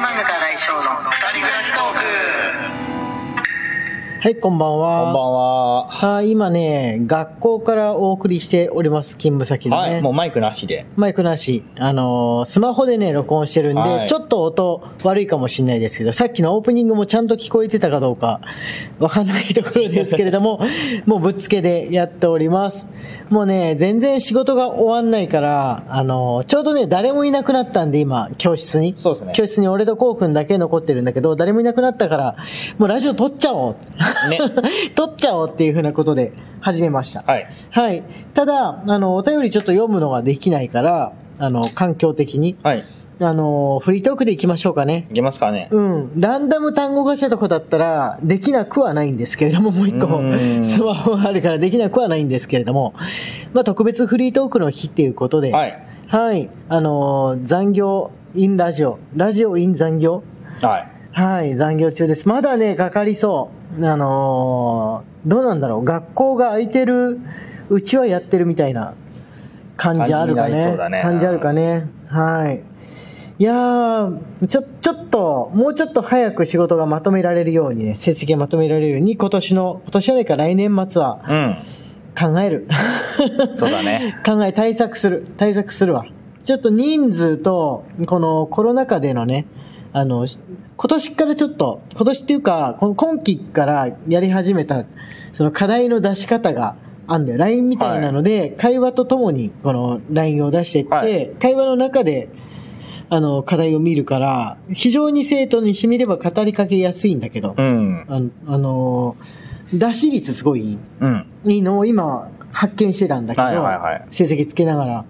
ショーの二人暮らしトーはい、こんばんは。こんばんは。はい、今ね、学校からお送りしております、勤務先のね。はい、もうマイクなしで。マイクなし、あのースマホでね、録音してるんで、はいちょっと音悪いかもしれないですけど、さっきのオープニングもちゃんと聞こえてたかどうか、わかんないところですけれども、 もうぶっつけでやっております。もうね、全然仕事が終わんないから、あのーちょうどね、誰もいなくなったんで、今、教室に。そうですね教室に俺とこうくんだけ残ってるんだけど、誰もいなくなったから、もうラジオ撮っちゃおう。ね 撮っちゃおうっていうふうなことで始めました。はい。はい。ただ、あの、お便りちょっと読むのができないから、あの、環境的に、はい。あの、フリートークでいきましょうかね。いけますかね。うん。ランダム単語ガチャとかだったら、できなくはないんですけれども、もう一個うー、んスマホがあるからできなくはないんですけれども、まあ、特別フリートークの日っていうことで、。はいい。はい。あの、残業 in ラジオ、ラジオ in 残業ははい、残業中です。まだね、かかりそう。あのーどうなんだろう。学校が空いてるうちはやってるみたいな感じあるか感じになりそねう。だね。感じあるかね。はい。いやー、ちょ、ちょっと、もうちょっと早く仕事がまとめられるようにね、成績がまとめられるように、今年の、今年はないか来年末はいうん。考える。そうだね。 考え、対策する。対策するわ。ちょっと人数と、このコロナ禍でのね、あの、し今年からちょっと、今年っていうか、この今期からやり始めた、その課題の出し方があんだよ。LINE みたいなので、会話とともに、この LINE を出してって、はい会話の中で、あの、課題を見るから、非常に生徒にしみれば語りかけやすいんだけど、うん。あの、あの出し率すごいいい。うん。いいのを今発見してたんだけど、はいはいはい成績つけながら。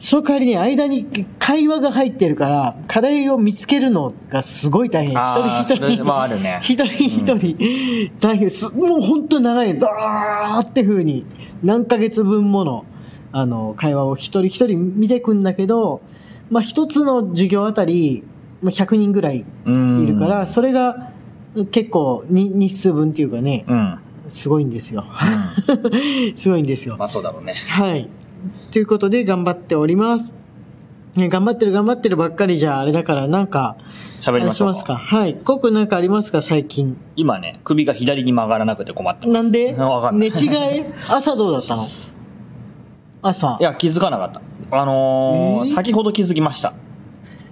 その代わりに間に会話が入ってるから、課題を見つけるのがすごい大変。あー一人一そ人。れはある ね一人一人。大変す。もう本当に長い。ダーって風に、何ヶ月分もの、あの、会話を一人一人見てくんだけど、まあ一つの授業あたり、まあ100人ぐらいうん。いるから、。それが結構に日数分っていうかね、うん。うん。すごいんですよ。 すごいんですよ。まあそうだろうね。はい。ということで頑張っております。ね、頑張ってる頑張ってるばっかりじゃあれだからなんか、あ喋りれまししょうますか。はい。コウ君なんかありますか最近。今ね、首が左に曲がらなくて困ってます。なんでわかん寝ない。違 え朝どうだったの朝い。や、気づかなかった。あのえー、ー先ほど気づきました。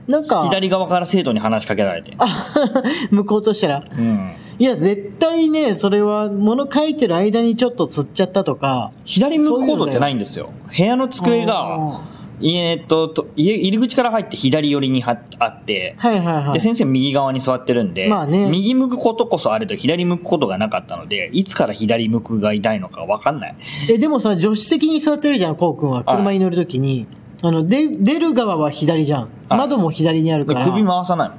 なんか、左側から生徒に話しかけられて。あ 向こうとしたら。うん。いや、絶対ね、それは物書いてる間にちょっと釣っちゃったとか。左向くことってないんですよ。部屋の机あが、えーっと、と家入り口から入って左寄りにはあって、ーはいはいはでい。先生右側に座ってるんで、まあね右向くことこそあると左向くことがなかったのでいつから左向くがいたいのか分かんないえ、でもさ、助手席に座ってるじゃん、こうくんは。車に乗るときに。あの、で、出る側は左じゃん。はい窓も左にあるでから。首回さない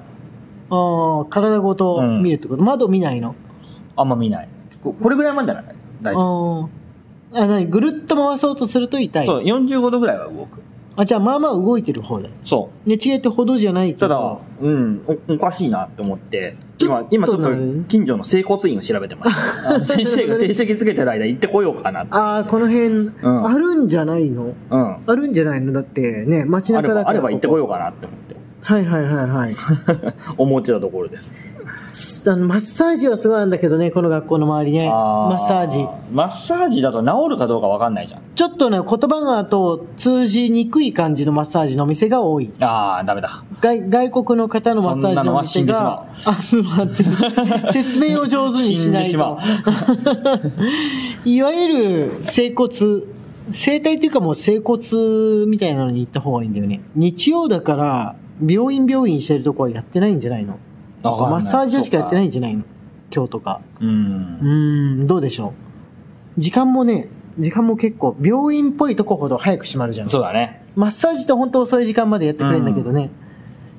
のああ、体ごと見るってこと、窓見ないのあんま見ないここれぐらいまでなら大丈あーあ、なに、ぐるっと回そうとすると痛夫い。そう45度ぐらいは動くあ、じゃあまあまあ動いてる方だよ。そ寝違えてほどじゃないけうど。ただうんおおかしいなって思ってちょっと今今ちょっとね近所の整骨院を調べてます あの先生が成績つけてる間行ってこようかなってああ、この辺、んあるんじゃないのうんあるんじゃないのだってね、街あれ中だかばら。あれば行ってこようう。かなって思って はいはいはいはい。思ってたところですあの、マッサージはすごいあるんだけどね、この学校の周りね。あマッサージ。マッサージだと治るかどうか分かんないじゃんちょっとね、言葉がと通じにくい感じのマッサージのお店が多い。ああダメだ外外国の方のマッサージのお店が集まってる説明を上手にしない 死んとでしま いわゆる整骨整体っていうかもう整骨みたいなのに行った方がいいんだよね日曜だから病院病院してるとこはやってないんじゃないのわかんなマいッサージしかやってないんじゃないの今日とかう。うんーんどうでしょう時間もね時間も結構病院っぽいとこほど早く閉まるじゃんそうだね。マッサージって本当遅い時間までやってくれるんだけどね、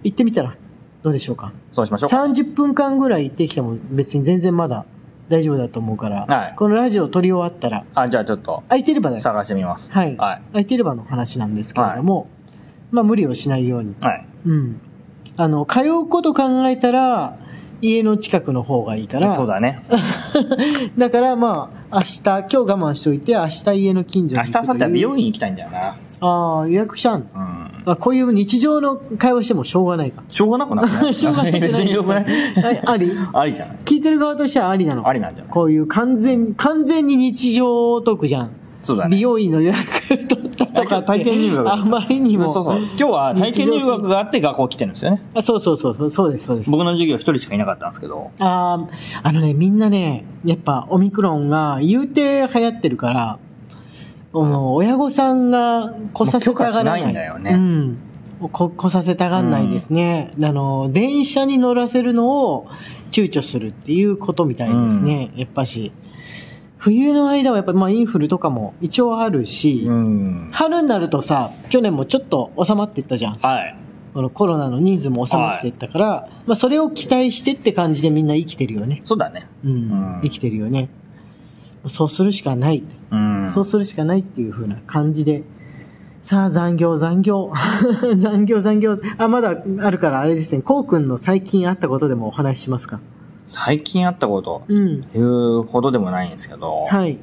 行ってみたらどうでしょうかそうしましょう。 30分間ぐらい行ってきても別に全然まだ大丈夫だと思うから、はいこのラジオ撮り終わったらあ、じゃあちょっと空いてればだよ探してみます。はいはい。空いてればの話なんですけれども、まあ無理をしないようにはい。うんあの通うこと考えたら家の近くの方がいいからそうだね。 だからまあ明日今日我慢しておいて明日家の近所明に日、行明くと後日は美いう容院行きたいんだよな。ああ予約したんうん。まあ、こういう日常の会話してもしょうがないか。しょうがなくなくな いしょうがなくないで別すかによくないはい、あ りありじゃない聞いてる側としてはありなのあ。りなんじゃないこういう完全、完全に日常お得じゃん。そうだね美容院の予約取ったとかって体験入学あまりにも。そうそう今日は体験入学があって学校来てるんですよねあそうそうそうそう、そうです、そうです。僕の授業一人しかいなかったんですけどあーあのね、みんなね、やっぱオミクロンが言うて流行ってるから、うん親御さんが来させたがらない。もう許可しないんだよねうん。こ来させたがらないですね、あの、電車に乗らせるのを躊躇するっていうことみたいですね、やっぱし。冬の間はやっぱ、まあインフルとかも一応あるし、うん春になるとさ、去年もちょっと収まっていったじゃん。はいこのコロナの人数も収まっていったから、まあそれを期待してって感じでみんな生きてるよね。そうだねうん。うん生きてるよね。そうするしかない。うんそうするしかないっていう風な感じで。さあ、残業、残業。 残業、残業。あ、まだあるからあれですね。こうくんの最近あったことでもお話ししますか。最近あったことうん。いうほどでもないんですけど、はい。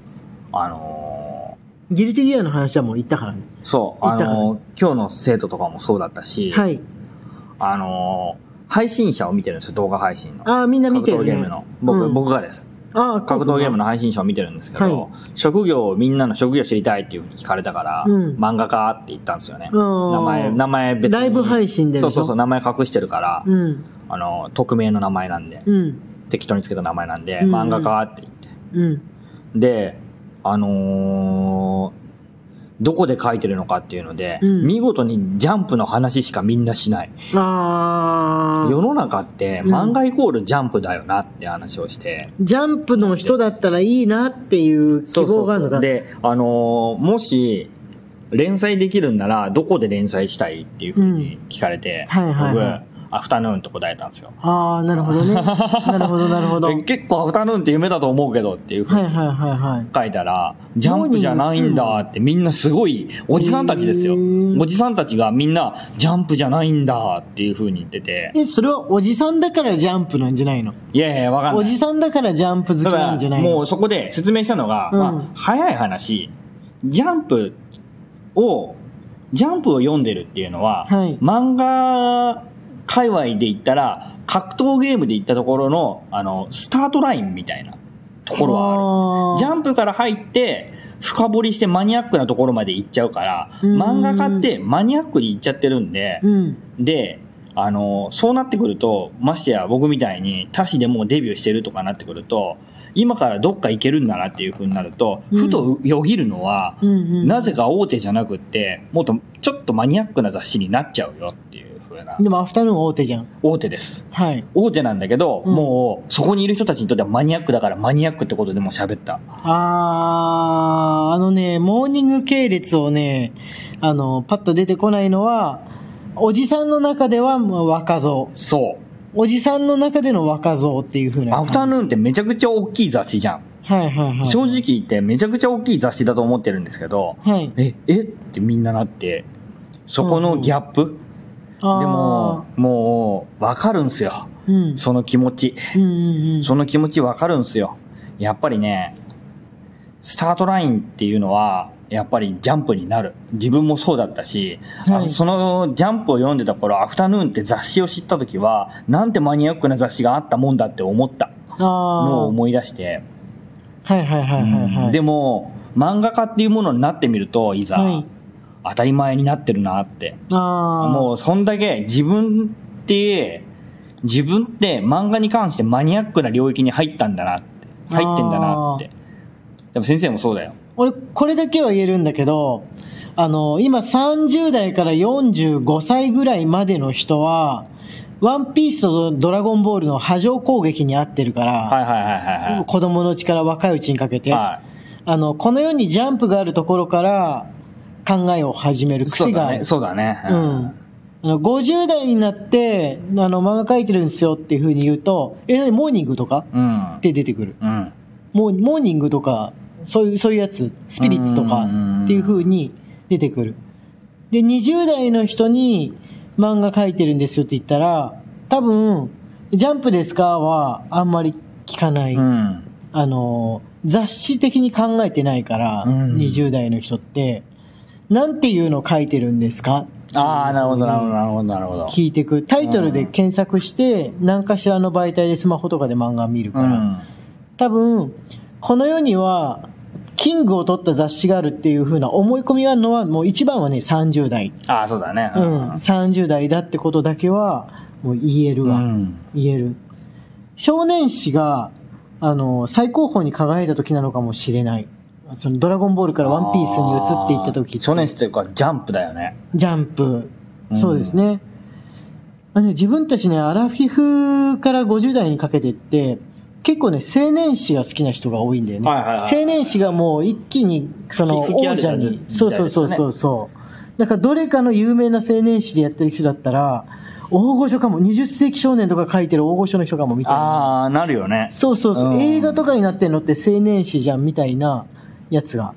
あのギルティギアの話はもう言ったからね。ーそう、あいたからのー今日の生徒とかもそうだったし、はい。あのー配信者を見てるんですよ、動画配信の。ああ、みんな見格て闘る、ね。ゲームの。僕、うん僕がです。あー格闘ゲームの。の配信者を見てるんですけど、はい職業をみんなの職業知りたいっていうふうに聞かれたから、うん漫画家って言ったんですよね。名名前、名前別に。ライブ配信ででしそょうそうそう、名前隠してるから、うん。あのー、匿名の名前なんで、うん。適当につけた名前なんで、うん漫画家って言って。うん。で、あのーどこで書いてるのかっていうので、うん見事にジャンプの話しかみんなしない。あ世あ。の中ってうん漫画イコールジャンプだよなって話をして、ジャンプの人だったらいいなっていう希そうそうそ望うがあるのかな。で、あのーもし、連載できるんなら、どこで連載したいっていうふうに聞かれて、はいはいはい僕、アフタヌーンと答えたんですよ。ああ、なるほど ね。なるほど、なるほど。はいで結構アフタヌーンって夢だと思うけどっていうふうはいにはいはい。書いたら、ジャンプじゃないんだってみんなすごい、おじさんたちですよへ。ーおじさんたちがみんな、ジャンプじゃないんだっていう風に言ってて、え、それはおじさんだからジャンプなんじゃないのいやいや、わかんなおい。じさんだからジャンプ好きたなんじゃだ、ないのもうそこで説明したのが、うんまあ、早い話、ジャンプを、ジャンプを読んでるっていうのは、はい漫画界隈で言ったら、格闘ゲームで言ったところの、あの、スタートラインみたいなところはある。あージャンプから入って、深掘りしてマニアックなところまで行っちゃうから、うん漫画家ってマニアックに行っちゃってるんで、うん。で、あの、そうなってくると、ましてや僕みたいに他誌でもうデビューしてるとかなってくると、今からどっか行けるんならっていう風になると、うんふとよぎるのは、うんうん。なぜか大手じゃなくって、もっとちょっとマニアックな雑誌になっちゃうよっていう風な、でもアフタヌーン大手じゃん。大手です。はい。大手なんだけど、うんもうそこにいる人たちにとってはマニアックだからマニアックってことでもう喋った。あー、あのね、モーニング系列をね、あの、パッと出てこないのは、おじさんの中ではもう若造。そう。おじさんの中での若造っていうふうな。アフタヌーンってめちゃくちゃ大きい雑誌じゃん。はいはいはい。正直言ってめちゃくちゃ大きい雑誌だと思ってるんですけど、はい。え、えってみんななって、そこのギャップ、ででも、、もう、わかるんすよ。うん。その気持ち。うんうんうん。その気持ちわかるんすよ。やっぱりね、スタートラインっていうのは、やっぱりジャンプになる。自分もそうだったし、はいあそのジャンプを読んでた頃、アフタヌーンって雑誌を知った時は、なんてマニアックな雑誌があったもんだって思ったのあを思い出して、あ。はいはいはいはいはい。でも漫画家っていうものになってみるといざ、はい当たり前になってるなってああ。もうそんだけ自分って自分って漫画に関してマニアックな領域に入ったんだなって入ってんだなってでも先生もそうだよ俺、これだけは言えるんだけど、あの、今30代から45歳ぐらいまでの人は、ワンピースとドラゴンボールの波状攻撃に合ってるから、はいはいはいはいは子供のうちから若いうちにかけいて、はいあの、この世にジャンプがあるところから考えを始めるそ癖うがだあるね。そうだねうん。あの、50代になって、あの、漫画描いてるんですよっていう風に言うと、え、何モーニングとかうんうんって出てくる。うんモーモーニングとか、そういう、そういうやつ、スピリッツとかっていう風に出てくる。で、20代の人に漫画描いてるんですよって言ったら、多分、ジャンプですかはあんまり聞かない。うんあの、雑誌的に考えてないから、うん20代の人って、なんていうの書いてるんですかああ、なるほど、なるほど、なるほど、なるほど。聞いてくタイトルで検索して何かしらの媒体でスマホとかで漫画見るうから、ん。多分この世にはキングを取った雑誌があるっていう風な思い込みがあるのはもう一番はね30代、ああ、そうだね。うん、30代だってことだけはもう言えるうわ、ん。言える少年誌があの最高峰に輝いた時なのかもしれないそのドラゴンボールからワンピースに移っていった時あー少年誌というか、ジャンプだよね。ジャンプうんそうですね、あの自分たちねアラフィフから50代にかけてって結構ね青年誌が好きな人が多いんだよね、はいはいはい青年誌がもう一気にその吹き吹き王荒れた者に時代ですそようねそうそうそうそうだからどれかの有名な青年誌でやってる人だったら大御所かも20世紀少年とか書いてる大御所の人かもみたいなああ、なるよね。そうそうそう、うん映画とかになってんのって青年誌じゃんみたいなやつが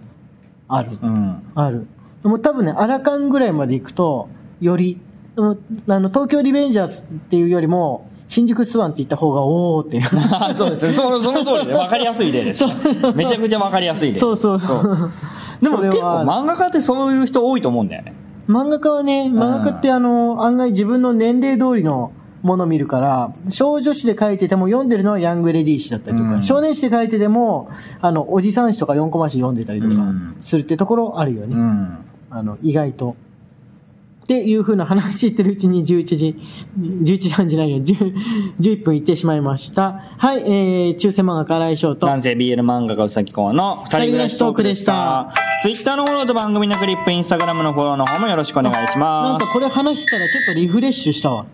ある、うん。ある。もう多分ね、アラカンぐらいまで行くと、より、でもあの、東京リベンジャーズっていうよりも、新宿スワンって言った方が、おおっていう。 あーそうですね。その、その通りで、わかりやすい例です。めちゃくちゃわかりやすい例。そうそうそう。でもそれは結構漫画家ってそういう人多いと思うんだよね。漫画家はね、漫画家ってあの、案外自分の年齢通りのもの見るから、少女誌で書いてても読んでるのはヤングレディー誌だったりとか、うん少年誌で書いてても、あの、おじさん誌とか4コマ誌読んでたりとかうんするってところあるよね。うん。あの、意外と。っていう風な話してるうちに11時、11時半じゃないよ、10 11分いってしまいました。はい、えー、中世漫画家荒井翔と、男性 BL 漫画家うさきこうの二人暮らしトークでした。ツイッターのフォローと番組のクリップ、インスタグラムのフォローの方もよろしくお願いします。なんかこれ話したらちょっとリフレッシュしたわ。